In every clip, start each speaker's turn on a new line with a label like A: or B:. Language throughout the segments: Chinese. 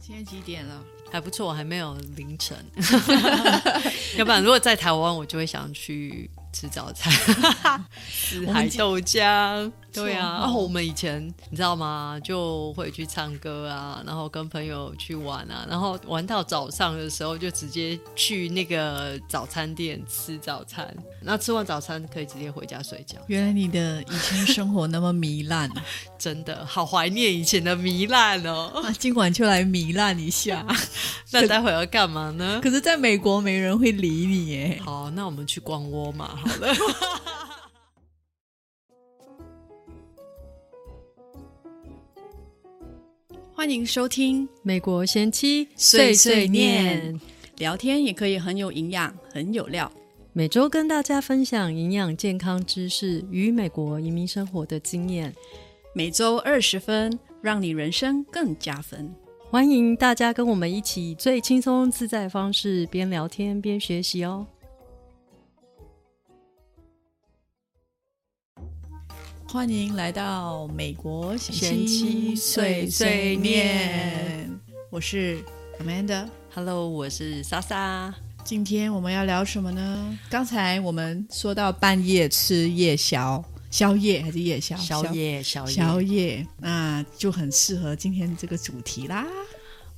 A: 现在几点了？
B: 还不错，还没有凌晨。 要不然，如果在台湾，我就会想去吃早餐，
A: 死
B: 海豆浆。
A: 错
B: 对啊，
A: 哦
B: 哦，我们以前你知道吗？就会去唱歌啊，然后跟朋友去玩啊，然后玩到早上的时候，就直接去那个早餐店吃早餐。那吃完早餐可以直接回家睡觉，
A: 原来你的以前生活那么糜烂
B: 真的好怀念以前的糜烂哦。
A: 啊，今晚就来糜烂一下。
B: 那待会儿要干嘛呢？
A: 可是，在美国没人会理你耶。
B: 好，那我们去逛窝嘛。好了，
C: 欢迎收听，
B: 美国贤妻
C: 碎碎念。聊天也可以很有营养，很有料。
B: 每周跟大家分享营养健康知识与美国移民生活的经验，
C: 每周二十分，让你人生更加分。
B: 欢迎大家跟我们一起以最轻松自在的方式边聊天边学习哦。
A: 欢迎来到美国
B: 贤妻碎碎念，
A: 我是 Amanda。
B: Hello，我是莎莎。
A: 今天我们要聊什么呢？刚才我们说到半夜吃夜宵，宵夜还是夜宵？
B: 宵夜，宵夜，
A: 宵夜，那就很适合今天这个主题啦。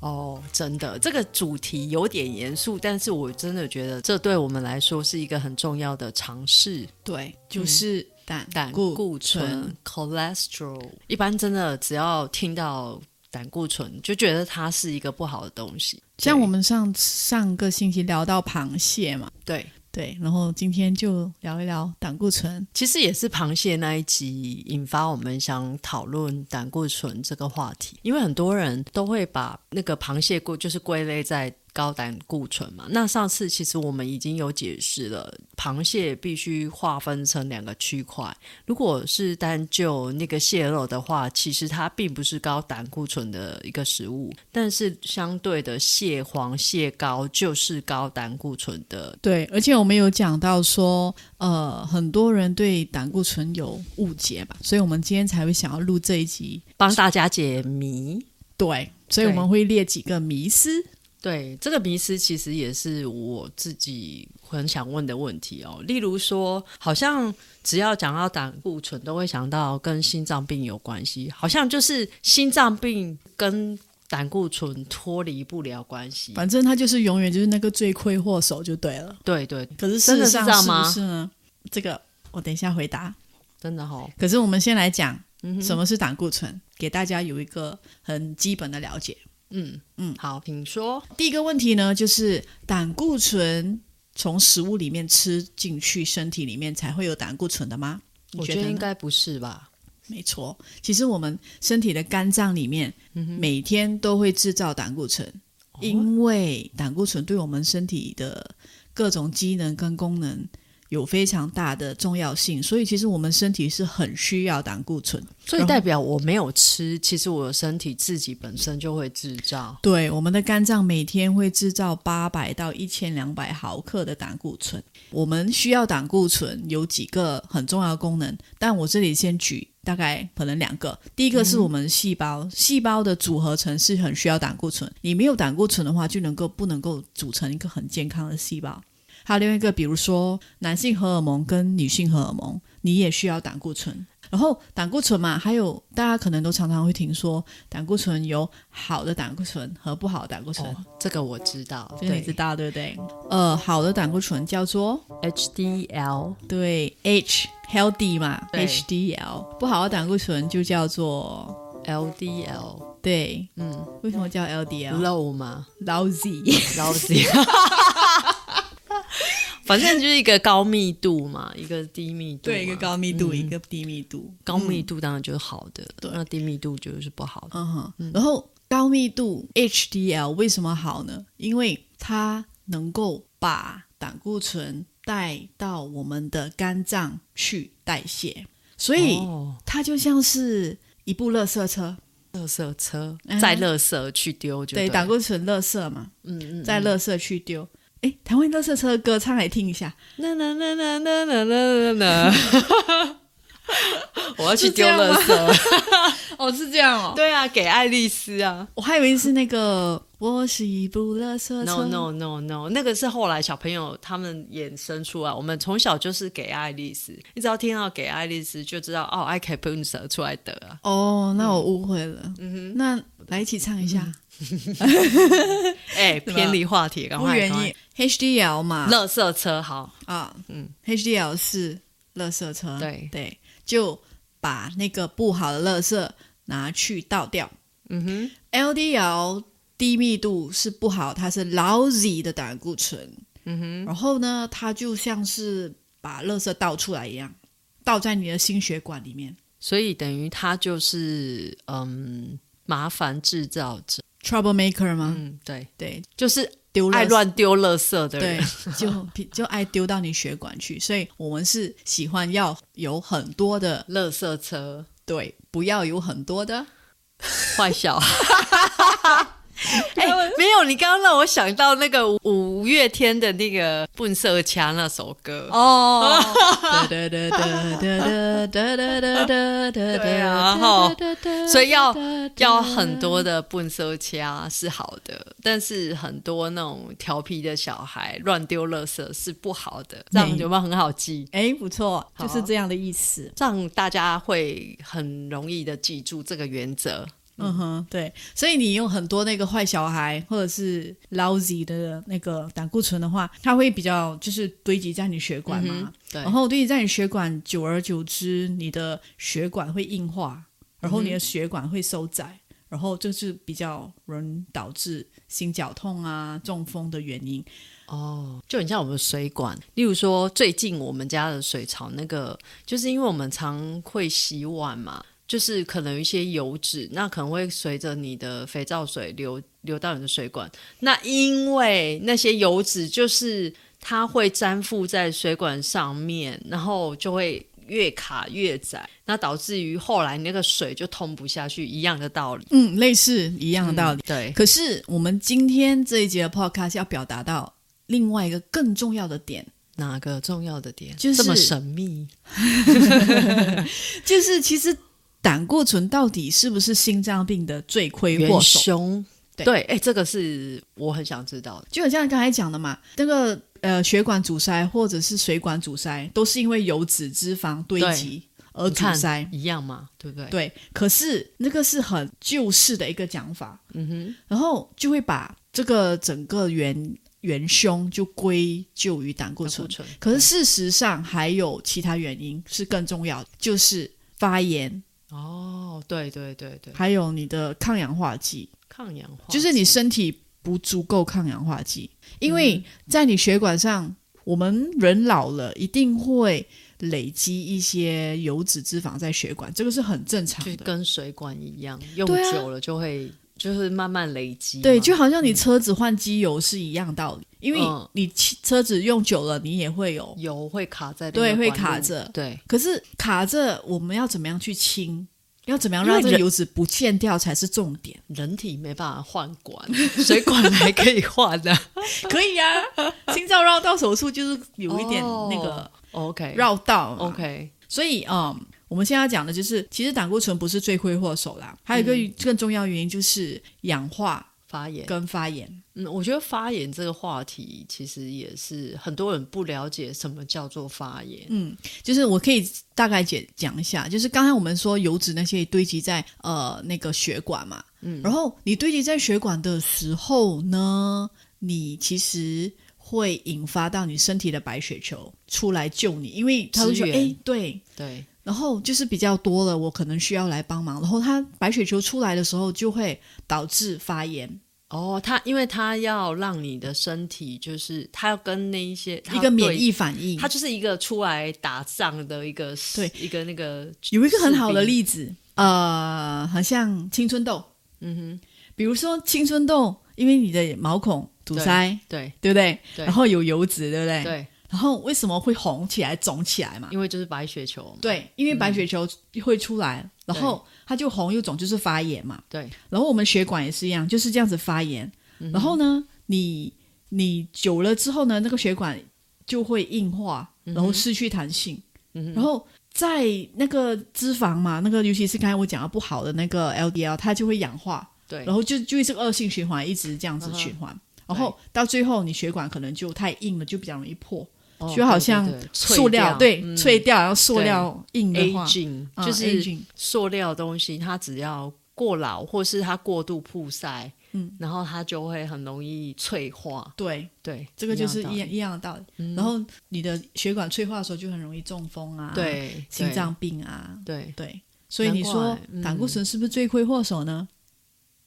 B: 哦，真的，这个主题有点严肃，但是我真的觉得这对我们来说是一个很重要的尝试。
A: 对，就是胆
B: 嗯胆
A: 固
B: 固醇 （cholesterol）。一般真的只要听到胆固醇，就觉得它是一个不好的东西。
A: 像我们上上个星期聊到螃蟹嘛，
B: 对，
A: 对，然后今天就聊一聊胆固醇。
B: 其实也是螃蟹那一集引发我们想讨论胆固醇这个话题，因为很多人都会把那个螃蟹归就是归类在。高胆固醇嘛，那上次其实我们已经有解释了，螃蟹必须划分成两个区块。如果是单就那个蟹肉的话，其实它并不是高胆固醇的一个食物，但是相对的蟹黄、蟹膏就是高胆固醇的。
A: 对，而且我们有讲到说，呃，很多人对胆固醇有误解吧，所以我们今天才会想要录这一集。
B: 帮大家解谜，
A: 对，所以我
B: 对
A: 们会列几个迷思。
B: 对，这个迷思其实也是我自己很想问的问题哦。例如说，好像只要讲到胆固醇，都会想到跟心脏病有关系，好像就是心脏病跟胆固醇脱离不了关系。
A: 反正它就是永远就是那个罪魁祸首就对了。
B: 对对，
A: 可是事
B: 真的
A: 实
B: 是
A: 上
B: 这样
A: 是
B: 吗
A: 不是呢？这个我等一下回答。
B: 真的哈、哦。
A: 可是我们先来讲
B: 嗯
A: 什么是胆固醇，给大家有一个很基本的了解。
B: 嗯嗯，好，请说。
A: 第一个问题呢，就是胆固醇从食物里面吃进去身体里面才会有胆固醇的吗？你
B: 我
A: 觉
B: 觉
A: 得
B: 得
A: 呢
B: 应该不是吧？
A: 没错。其实我们身体的肝脏里面、
B: 嗯
A: 每天都会制造胆固醇，因为胆固醇对我们身体的各种机能跟功能。有非常大的重要性，所以其实我们身体是很需要胆固醇的。
B: 所
A: 然后
B: 以代表我没有吃，其实我的身体自己本身就会制造。
A: 对，我们的肝脏每天会制造八百到一千两百毫克的胆固醇。我们需要胆固醇有几个很重要的功能，但我这里先举大概可能两个。第一个是我们细胞，细胞的组合成是很需要胆固醇，你没有胆固醇的话，就能够不能够组成一个很健康的细胞。还有另外一个，比如说男性荷尔蒙跟女性荷尔蒙，你也需要胆固醇。然后胆固醇嘛，还有大家可能都常常会听说，胆固醇有好的胆固醇和不好的胆固醇，
B: 哦，这个我知道，
A: 这个你知道对不对？呃，好的胆固醇叫做
B: ？HDL
A: 对 H healthy 嘛
B: 对
A: ，HDL，不好的胆固醇就叫做
B: LDL，
A: 对，
B: 嗯。
A: 为什么叫 LDL？
B: low 嘛
A: lousy，
B: ，lousy，反正就是一个高密度嘛，一个低密度嘛，
A: 对，一个高密度，一个低密度，
B: 高密度当然就是好的，那低密度就是不好的。
A: 嗯哼，然后高密度 HDL 为什么好呢？因为它能够把胆固醇带到我们的肝脏去代谢，所以
B: 哦，
A: 它就像是一部垃圾车，
B: 垃圾车
A: 嗯
B: 载垃圾去丢就
A: 对，
B: 对，
A: 胆固醇垃圾嘛，
B: 嗯嗯，
A: 在垃圾去丢。哎，台湾垃圾车的歌唱来听一下，
B: 啦啦啦啦啦啦啦啦啦，我要去丢垃圾。
A: 哦，是这样哦。
B: 对啊，给爱丽丝啊。
A: 我还以为是那个，我是一部垃圾车。
B: No no no no，那个是后来小朋友他们衍生出来。我们从小就是给爱丽丝，你只要听到给爱丽丝，就知道哦，爱可以不用舍出来得 啊。
A: 哦，那我误会了。那来一起唱
B: 嗯
A: 一下，
B: 哎、偏离话题，赶
A: 不
B: 快
A: 愿
B: 赶快
A: 意。HDL 嘛，
B: 垃圾车好，
A: 啊，
B: 嗯
A: ，HDL 是垃圾车，
B: 对
A: 对，就把那个不好的垃圾拿去倒掉。
B: 嗯哼，
A: LDL 低密度是不好，它是 lousy 的胆固醇。
B: 嗯哼，
A: 然后呢，它就像是把垃圾倒出来一样，倒在你的心血管里面。
B: 所以等于他就是嗯麻烦制造者。
A: Trouble maker 吗？
B: 嗯，对，
A: 对，
B: 就是
A: 丢垃圾
B: 爱乱丢垃圾的
A: 对
B: 人。，
A: 就就爱丢到你血管去。所以我们是喜欢要有很多的，
B: 垃圾车，
A: 对，不要有很多的。
B: 坏小孩。 哎、没有，你刚刚让我想到那个五月天的那个《笨色枪》那首歌。
A: 哦，哒哒哒哒哒哒哒哒哒哒哒，
B: 对啊吼所以要要很多的笨色掐是好的，但是很多那种调皮的小孩乱丢垃圾是不好的，这样
A: 没
B: 有没有很好记？
A: 哎，不错，
B: 好
A: 就是这样的意思。
B: 这样大家会很容易的记住这个原则。
A: 嗯哼，对，所以你有很多那个坏小孩或者是 lousy 的那个胆固醇的话，它会比较就是堆积在你血管嘛，
B: 嗯哼对
A: 然后堆积在你血管，久而久之，你的血管会硬化，然后你的血管会收窄，然后这是比较容易导致心绞痛啊、中风的原因。
B: 哦，就很像我们水管，例如说最近我们家的水槽那个，就是因为我们常会洗碗嘛，就是可能有一些油脂，那可能会随着你的肥皂水流流到你的水管，那因为那些油脂就是它会粘附在水管上面，然后就会。越卡越窄，那导致于后来你那个水就通不下去，一样的道理。
A: 嗯，类似一样的道理。
B: 嗯对，
A: 可是我们今天这一节的 podcast 要表达到另外一个更重要的点，
B: 哪个重要的点？
A: 就是
B: 这么神秘。
A: 就是其实胆固醇到底是不是心脏病的罪魁祸
B: 元
A: 首？
B: 凶。
A: 对
B: 对，哎、这个是我很想知道的。
A: 就很像刚才讲的嘛，那个呃血管阻塞或者是水管阻塞，都是因为油脂、脂肪堆积而
B: 你
A: 阻
B: 看
A: 塞。
B: 一样嘛，对不对？
A: 对，可是那个是很旧式的一个讲法，
B: 嗯哼，
A: 然后就会把这个整个元元凶就归咎于胆固
B: 胆固
A: 醇。
B: 醇。
A: 可是事实上还有其他原因是更重要的，就是发炎，
B: 哦，对对对对，
A: 还有你的抗氧化剂。
B: 抗氧化
A: 就是你身体不足够抗氧化剂，因
B: 嗯
A: 为在你血管上，我们人老了一定会累积一些油脂、脂肪在血管，这个是很正常
B: 就是
A: 的。
B: 跟水管一样，用
A: 对啊
B: 久了就会、就是慢慢累积嘛。
A: 对，就好像你车子换机油是一样道理，因为
B: 嗯
A: 你汽车子用久了，你也会有。
B: 油会卡在那个
A: 对会
B: 管路
A: 卡着
B: 对，
A: 可是卡着，我们要怎么样去清？要怎么样
B: 因为
A: 让这个
B: 人
A: 油脂不见掉才是重点？
B: 人体没办法换 管，水管还可以换 的、
A: 可以 啊，心脏绕道手术就是有一点那个
B: 哦 OK
A: 绕道嘛
B: OK，
A: 所以，嗯，我们现在要讲的就是，其实胆固醇不是罪魁祸首啦，还有一
B: 嗯
A: 个更重要原因就是氧化
B: 发炎
A: 跟发炎。
B: 嗯，我觉得发炎这个话题其实也是很多人不了解什么叫做发炎。
A: 嗯，就是我可以大概解讲一下，就是刚才我们说油脂那些堆积在呃那个血管嘛，嗯，然后你堆积在血管的时候呢，你其实。会引发到你身体的白血球出来救你，因为他会说：“
B: 支援
A: 哎，对，
B: 对，
A: 然后就是比较多了，我可能需要来帮忙。然后它白血球出来的时候，就会导致发炎，
B: 哦，它因为它要让你的身体，就是它要跟那一些它
A: 一个免
B: 啊对
A: 疫反应
B: 它。就是一个出来打仗的一个
A: 对
B: 一个那个
A: 有一个很好的
B: 士兵
A: 例子，呃，好像青春痘，
B: 嗯
A: 比如说青春痘，因为你的毛孔堵塞，
B: 哼，对
A: 对不对？
B: 对
A: 然后有油脂，对不对？。
B: 对，
A: 然后为什么会红起来、肿起来嘛？
B: 因为就是白血球嘛，
A: 对，因为白血球
B: 嗯
A: 会出来，然后它就红又肿，就是发炎嘛。
B: 对嗯
A: 然后我们血管也是一样，就是这样子发炎。然后呢，你你久
B: 嗯
A: 了之后呢，那个血管就会硬化，然后失去弹性。然后在那个脂肪嘛，那个尤其是刚才我讲的不好的那个 LDL，它就会氧化，
B: 对，嗯
A: 然后就就会是恶性循环，一直这样子循环，然后到最后你血管可能就太硬了，就比较容易破。
B: 哦
A: 就好像
B: 对对对
A: 塑料
B: 脆
A: 对
B: 掉嗯
A: 脆掉，然后塑料硬的话，
B: aging
A: 嗯
B: 就是
A: ，aging
B: 塑料东西，它只要过老或是它过度曝晒，
A: 嗯，
B: 然后它就会很容易脆化。
A: 对，
B: 对，
A: 这个就是一
B: 一样
A: 样一样的道理。
B: 嗯
A: 然后你的血管脆化的时候，就很容易中风啊，
B: 的，对
A: 心脏病啊，
B: 对
A: 对，所以你
B: 难
A: 说
B: 怪嗯
A: 胆固醇是不是罪魁祸首呢？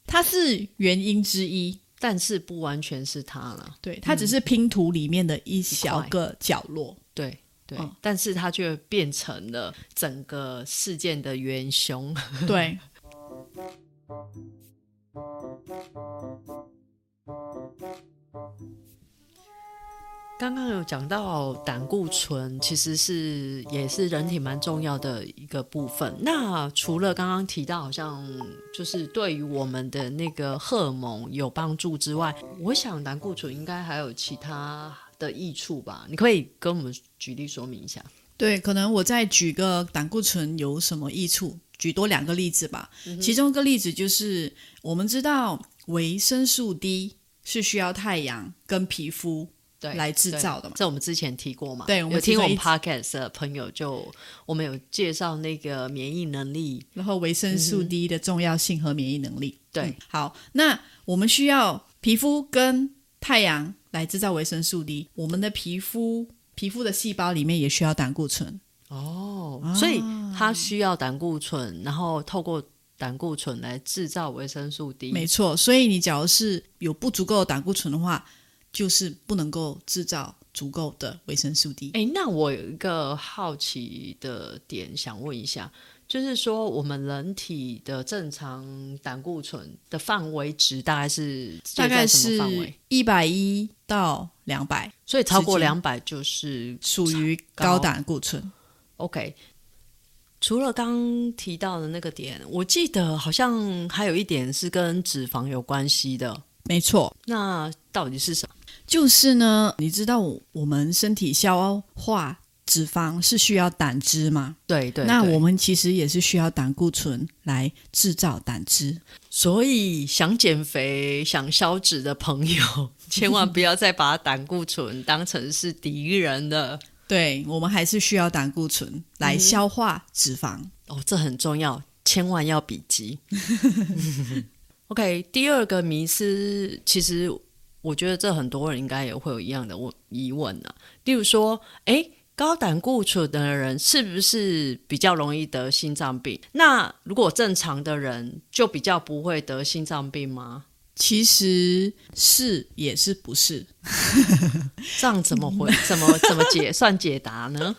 A: 它是原因之一，
B: 但是不完全是它了。
A: 对，它只是拼图里面的一小
B: 一块
A: 个角落，
B: 对对，
A: 嗯
B: 但是它却变成了整个事件的元凶。
A: 对。
B: 刚刚有讲到胆固醇，其实是也是人体蛮重要的一个部分。那除了刚刚提到，好像就是对于我们的那个荷尔蒙有帮助之外，我想胆固醇应该还有其他的益处吧？你可以跟我们举例说明一下。
A: 对，可能我再举个胆固醇有什么益处，举多两个例子吧。其中一个例子就是，我们知道维生素 D 是需要太阳跟皮肤
B: 对，
A: 来制造的嘛
B: 对这我们之前提过嘛？
A: 对我们
B: 有听我们
A: 其中
B: podcast 的朋友就我们有介绍那个免疫能力，
A: 然后维生素 D 的重要性和免疫能力。
B: 对
A: 嗯好，那我们需要皮肤跟太阳来制造维生素 D，我们的皮肤皮肤的细胞里面也需要胆固醇。
B: 哦，所以
A: 啊
B: 它需要胆固醇，然后透过胆固醇来制造维生素 D。
A: 没错，所以你假如是有不足够的胆固醇的话，就是不能够制造足够的维生素 D。
B: 诶，那我有一个好奇的点想问一下，就是说我们人体的正常胆固醇的范围值大概是
A: 大概
B: 介在什么范
A: 是
B: 围？
A: 一百一到两百，
B: 所以超过
A: 之间
B: 两百就是
A: 属于
B: 高
A: 高胆固醇。
B: OK。除了刚提到的那个点，我记得好像还有一点是跟脂肪有关系的，
A: 没错，
B: 那到底是什么？
A: 就是呢，你知道我我们身体消化脂肪是需要胆汁嘛？
B: 对对
A: 那
B: 对
A: 我们其实也是需要胆固醇来制造胆汁。
B: 所以想减肥、想消脂的朋友， 千万不要再把胆固醇当成是敌人了。
A: 对，我们还是需要胆固醇来
B: 嗯
A: 消化脂肪。
B: 哦，这很重要，千万要笔记。OK，第二个迷思，其实我觉得这很多人应该也会有一样的问疑问啊。例如说，诶，高胆固醇的人是不是比较容易得心脏病？那如果正常的人就比较不会得心脏病吗？
A: 其实是也是不是？
B: 这样怎么回？怎么怎么解算解答呢？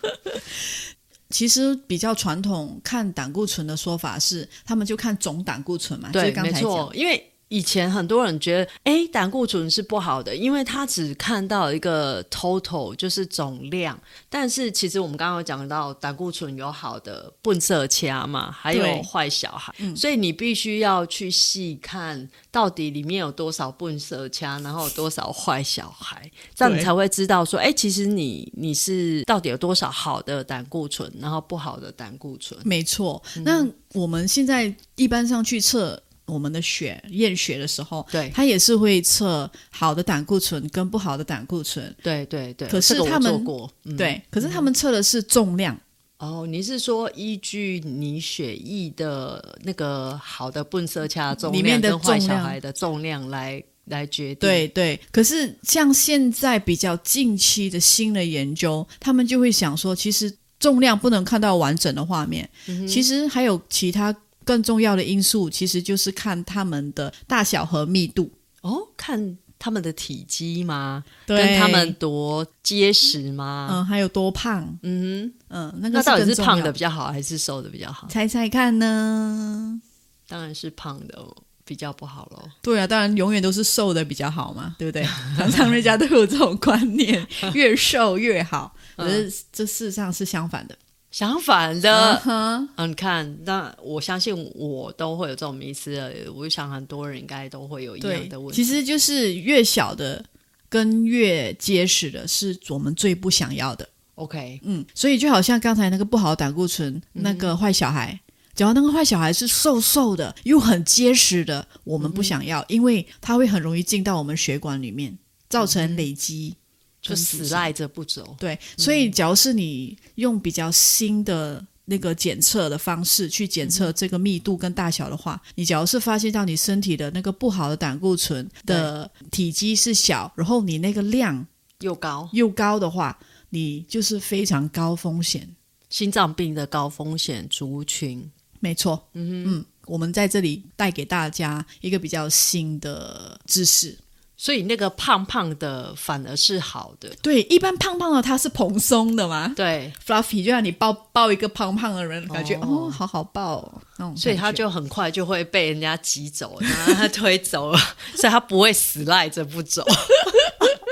A: 其实比较传统看胆固醇的说法是，他们就看总胆固醇嘛，就是
B: 对，
A: 刚
B: 没
A: 才讲
B: 错，因为。以前很多人觉得，哎，胆固醇是不好的，因为他只看到一个 total，就是总量。但是其实我们刚刚有讲到，胆固醇有好的笨色掐嘛，还有
A: 对嗯
B: 坏小孩，所以你必须要去细看到底里面有多少笨色掐，然后有多少坏小孩，这样你
A: 对
B: 才会知道说，哎，其实你你是到底有多少好的胆固醇，然后不好的胆固醇。
A: 没错。
B: 嗯
A: 那我们现在一般上去测我们的血验血的时候，
B: 对
A: 它也是会测好的胆固醇跟不好的胆固醇。
B: 对对对，
A: 可是
B: 这个我
A: 他们
B: 做过，嗯、
A: 对，可是他们测的是重量，
B: 哦，你是说依据你血液的那个好的笨色恰重
A: 嗯里面的
B: 跟坏
A: 重
B: 小
A: 量
B: 孩的重量来来决定？
A: 对对。可是像现在比较近期的新的研究，他们就会想说，其实重量不能看到完整的画面，其实还有其他更重要的因素，其实就是看他们的大小和密度。
B: 哦，看他们的体积吗？
A: 对
B: 跟他们多结实吗？
A: 嗯，还有多胖，
B: 嗯哼，
A: 嗯，那
B: 那
A: 个
B: 到底
A: 更
B: 是
A: 重
B: 胖
A: 要
B: 的比较好还是瘦的比较 好？
A: 猜猜看呢？
B: 当然是胖的比较不好喽。
A: 对啊，当然永远都是瘦的比较好嘛，对不 对？常常人家都有这种观 念，越瘦越好，可是这事实上是相反的。
B: 相反的，
A: 哼，
B: 嗯，你看，那我相信我都会有这种迷思的，我想很多人应该都会有一样
A: 对
B: 的问，题。
A: 其实就是越小的跟越结实的是我们最不想要的。
B: OK，
A: 嗯，所以就好像刚才那个不好的胆固醇那个坏小孩，只要那个坏小孩是瘦瘦的又很结实的，我们不想要，因为它会很容易进到我们血管里面，造
B: 嗯
A: 成累积。
B: 就死赖着不走。
A: 对，所以只要是你用比较新的那个检测的方式去检
B: 嗯
A: 测这个密度跟大小的话，你只要是发现到你身体的那个不好的胆固醇的体积是小，然后你那个量
B: 又高，
A: 又高的话，你就是非常高风险。
B: 心脏病的高风险族群。
A: 没错，嗯嗯，我们在这里带给大家一个比较新的知识。
B: 所以那个胖胖的反而是好的，
A: 对，一般胖胖的它是蓬松的嘛
B: 对，
A: ，fluffy 就让你抱抱一个胖胖的人，感觉
B: 哦
A: 哦好好抱、哦，那种
B: 所以
A: 感
B: 他
A: 觉
B: 就很快就会被人家挤走，然后他推走了， 所以他不会死赖着不走，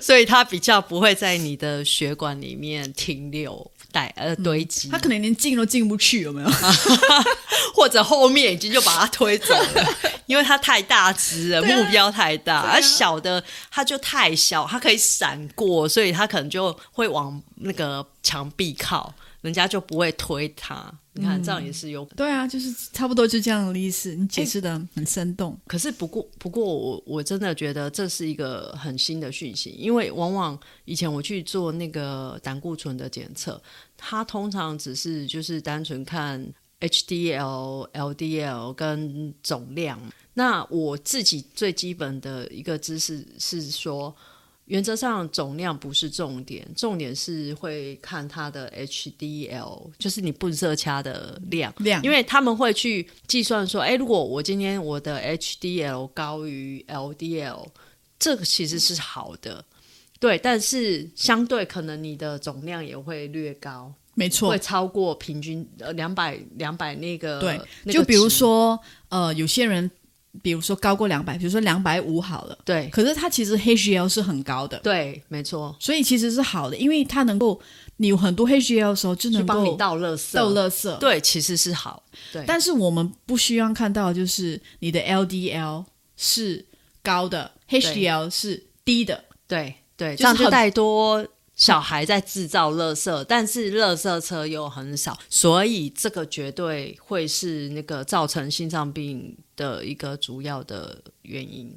B: 所以他比较不会在你的血管里面停留。带呃堆积，
A: 他可能连进都进不去，有没有？
B: 或者后面已经就把它推走了，因为它太大只了，目标太大，而、小的它就太小，它可以闪过，所以它可能就会往那个墙壁靠，人家就不会推它。你看，这样也是有
A: 对啊，就是差不多就这样的意思。你解释的很生动，
B: 可是不过不过我我真的觉得这是一个很新的讯息，因为往往以前我去做那个胆固醇的检测，它通常只是就是单纯看 HDL、LDL 跟总量。那我自己最基本的一个知识是说，原则上总量不是重点，重点是会看它的 HDL，就是你不色掐的量。
A: 量
B: 因为他们会去计算说，哎，如果我今天我的 HDL 高于 LDL，这个其实是好的，对，但是相对可能你的总量也会略高，
A: 没错
B: 会。超过平均呃两百两百那个
A: 对，
B: 那个
A: 就比如
B: 值
A: 说，呃，有些人，比如说高过两百，比如说两百五好了，
B: 对
A: 可是他其实 HDL 是很高的，
B: 对，没错，
A: 所以其实是好的，因为它能够你有很多 HDL 的时候就
B: 去
A: 能
B: 帮你
A: 够
B: 倒垃圾，
A: 逗乐色。
B: 对，其实是好，对，
A: 但是我们不希望看到的就是你的 LDL 是高的，HDL 是低的，
B: 对对，
A: 就是
B: 这样就
A: 很
B: 带多小孩在制造垃圾，但是垃圾车又很少，所以这个绝对会是那个造成心脏病的一个主要的原因。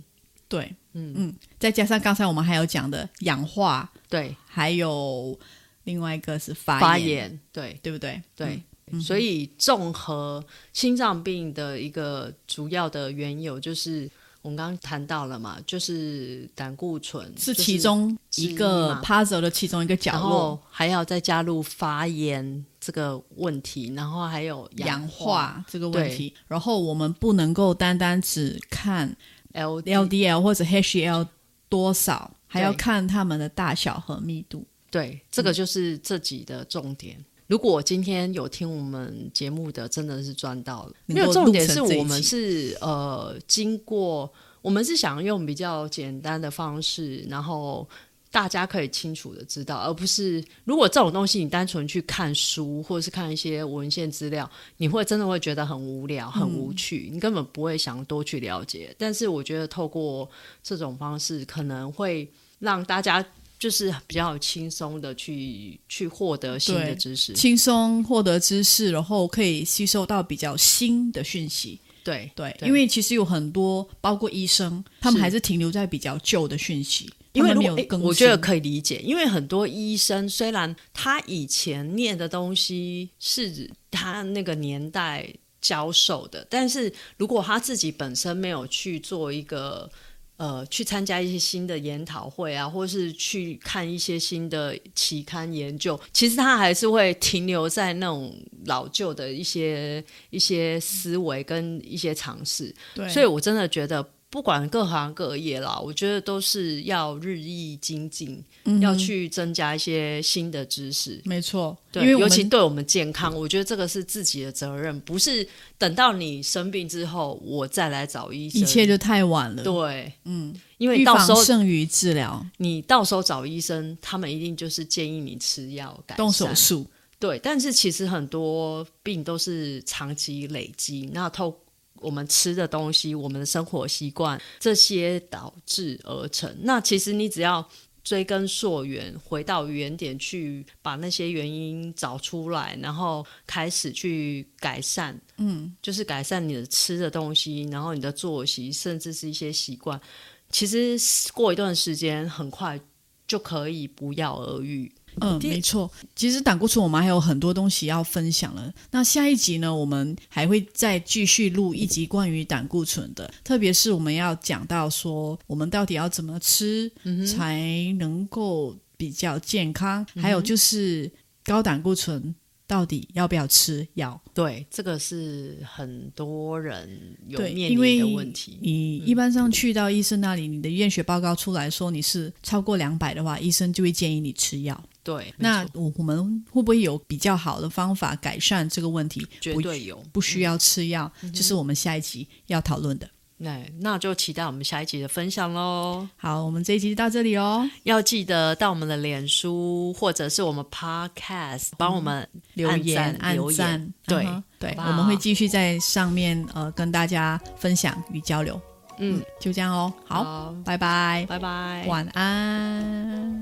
A: 对，嗯嗯，再加上刚才我们还有讲的氧化。
B: 对，
A: 还有另外一个是发嗯
B: 发炎，对
A: 对不对？
B: 对。所以，综合心脏病的一个主要的缘由，就是我们刚刚谈到了嘛，就是胆固醇
A: 是
B: 就是
A: 其中一个
B: 之
A: puzzle 的其中一个角
B: 然
A: 落
B: 后。还要再加入发炎这个问题，然后还有
A: 氧
B: 化
A: 化这个问题，然后我们不能够单单只看
B: L D
A: LDL 或者 HDL 多少，还要
B: 对
A: 看它们的大小和密度。
B: 对，这个就是这集的重点。如果今天有听我们节目的，真的是赚到了。因
A: 能
B: 为
A: 够
B: 重点
A: 录成
B: 是
A: 这一
B: 我们
A: 集
B: 是呃，经过我们是想用比较简单的方式，然后大家可以清楚的知道，而不是如果这种东西你单纯去看书或者是看一些文献资料，你会真的会觉得很无聊、很
A: 嗯
B: 无趣，你根本不会想多去了解。但是我觉得透过这种方式，可能会让大家就是比较轻松的去去获得新的
A: 对
B: 知识。
A: 轻松获得知识，然后可以吸收到比较新的讯息。
B: 对
A: 对，
B: 对
A: 因为其实有很多，包括医生，他们
B: 是
A: 还是停留在比较旧的讯息，
B: 因为
A: 他们
B: 如
A: 没有
B: 果诶
A: 更新。
B: 我觉得可以理解，因为很多医生虽然他以前念的东西是他那个年代教授的，但是如果他自己本身没有去做一个呃去参加一些新的研讨会啊，或是去看一些新的期刊研究，其实他还是会停留在那种老旧的一些一些思维跟一些尝试。
A: 对，
B: 所以我真的觉得，不管各行各业啦，我觉得都是要日益精进，
A: 嗯
B: 要去增加一些新的知识。
A: 没错，
B: 对，
A: 因为我
B: 尤
A: 们
B: 其对我们健康，我觉得这个是自己的责任，不是等到你生病之后我再来找医生。
A: 一切就太晚了。
B: 对，嗯，因为
A: 预
B: 到
A: 防
B: 时候
A: 胜于治疗，
B: 你到时候找医生，他们一定就是建议你吃药改善。
A: 动手术。
B: 对，但是其实很多病都是长期累积，那透我们吃的东西、我们的生活习惯这些导致而成。那其实你只要追根溯源，回到原点去把那些原因找出来，然后开始去改善。嗯，就是改善你的吃的东西，然后你的作息，甚至是一些习惯。其实过一段时间，很快就可以不药而愈。
A: 嗯，
B: 第
A: 没错。其实胆固醇我们还有很多东西要分享了。那下一集呢，我们还会再继续录一集关于胆固醇的，特别是我们要讲到说，我们到底要怎么吃、嗯才能够比较健康，还有就是高胆固醇到底要不要吃药？
B: 对，这个是很多人有
A: 对，
B: 面
A: 因为
B: 临的问题。
A: 你一般上去到医生那里，你的验血报告出来说你是超过两百的话，医生就会建议你吃药。
B: 对，
A: 那
B: 没错
A: 我我们会不会有比较好的方法改善这个问题？
B: 绝
A: 不
B: 对嗯有。
A: 不需要吃药，就是我们下一集要讨论的。
B: 那那就期待我们下一集的分享喽。
A: 好，我们这一集就到这里哦，
B: 要记得到我们的脸书或者是我们 Podcast 帮我们
A: 留言、
B: 按赞留
A: 按
B: 言
A: 赞，
B: 对哦
A: 嗯哼对，
B: 好不
A: 我
B: 好
A: 们会继续在上面呃跟大家分享与交流。
B: 嗯，
A: 就这样哦，好，
B: 好，
A: 拜拜，
B: 拜拜。
A: 晚安。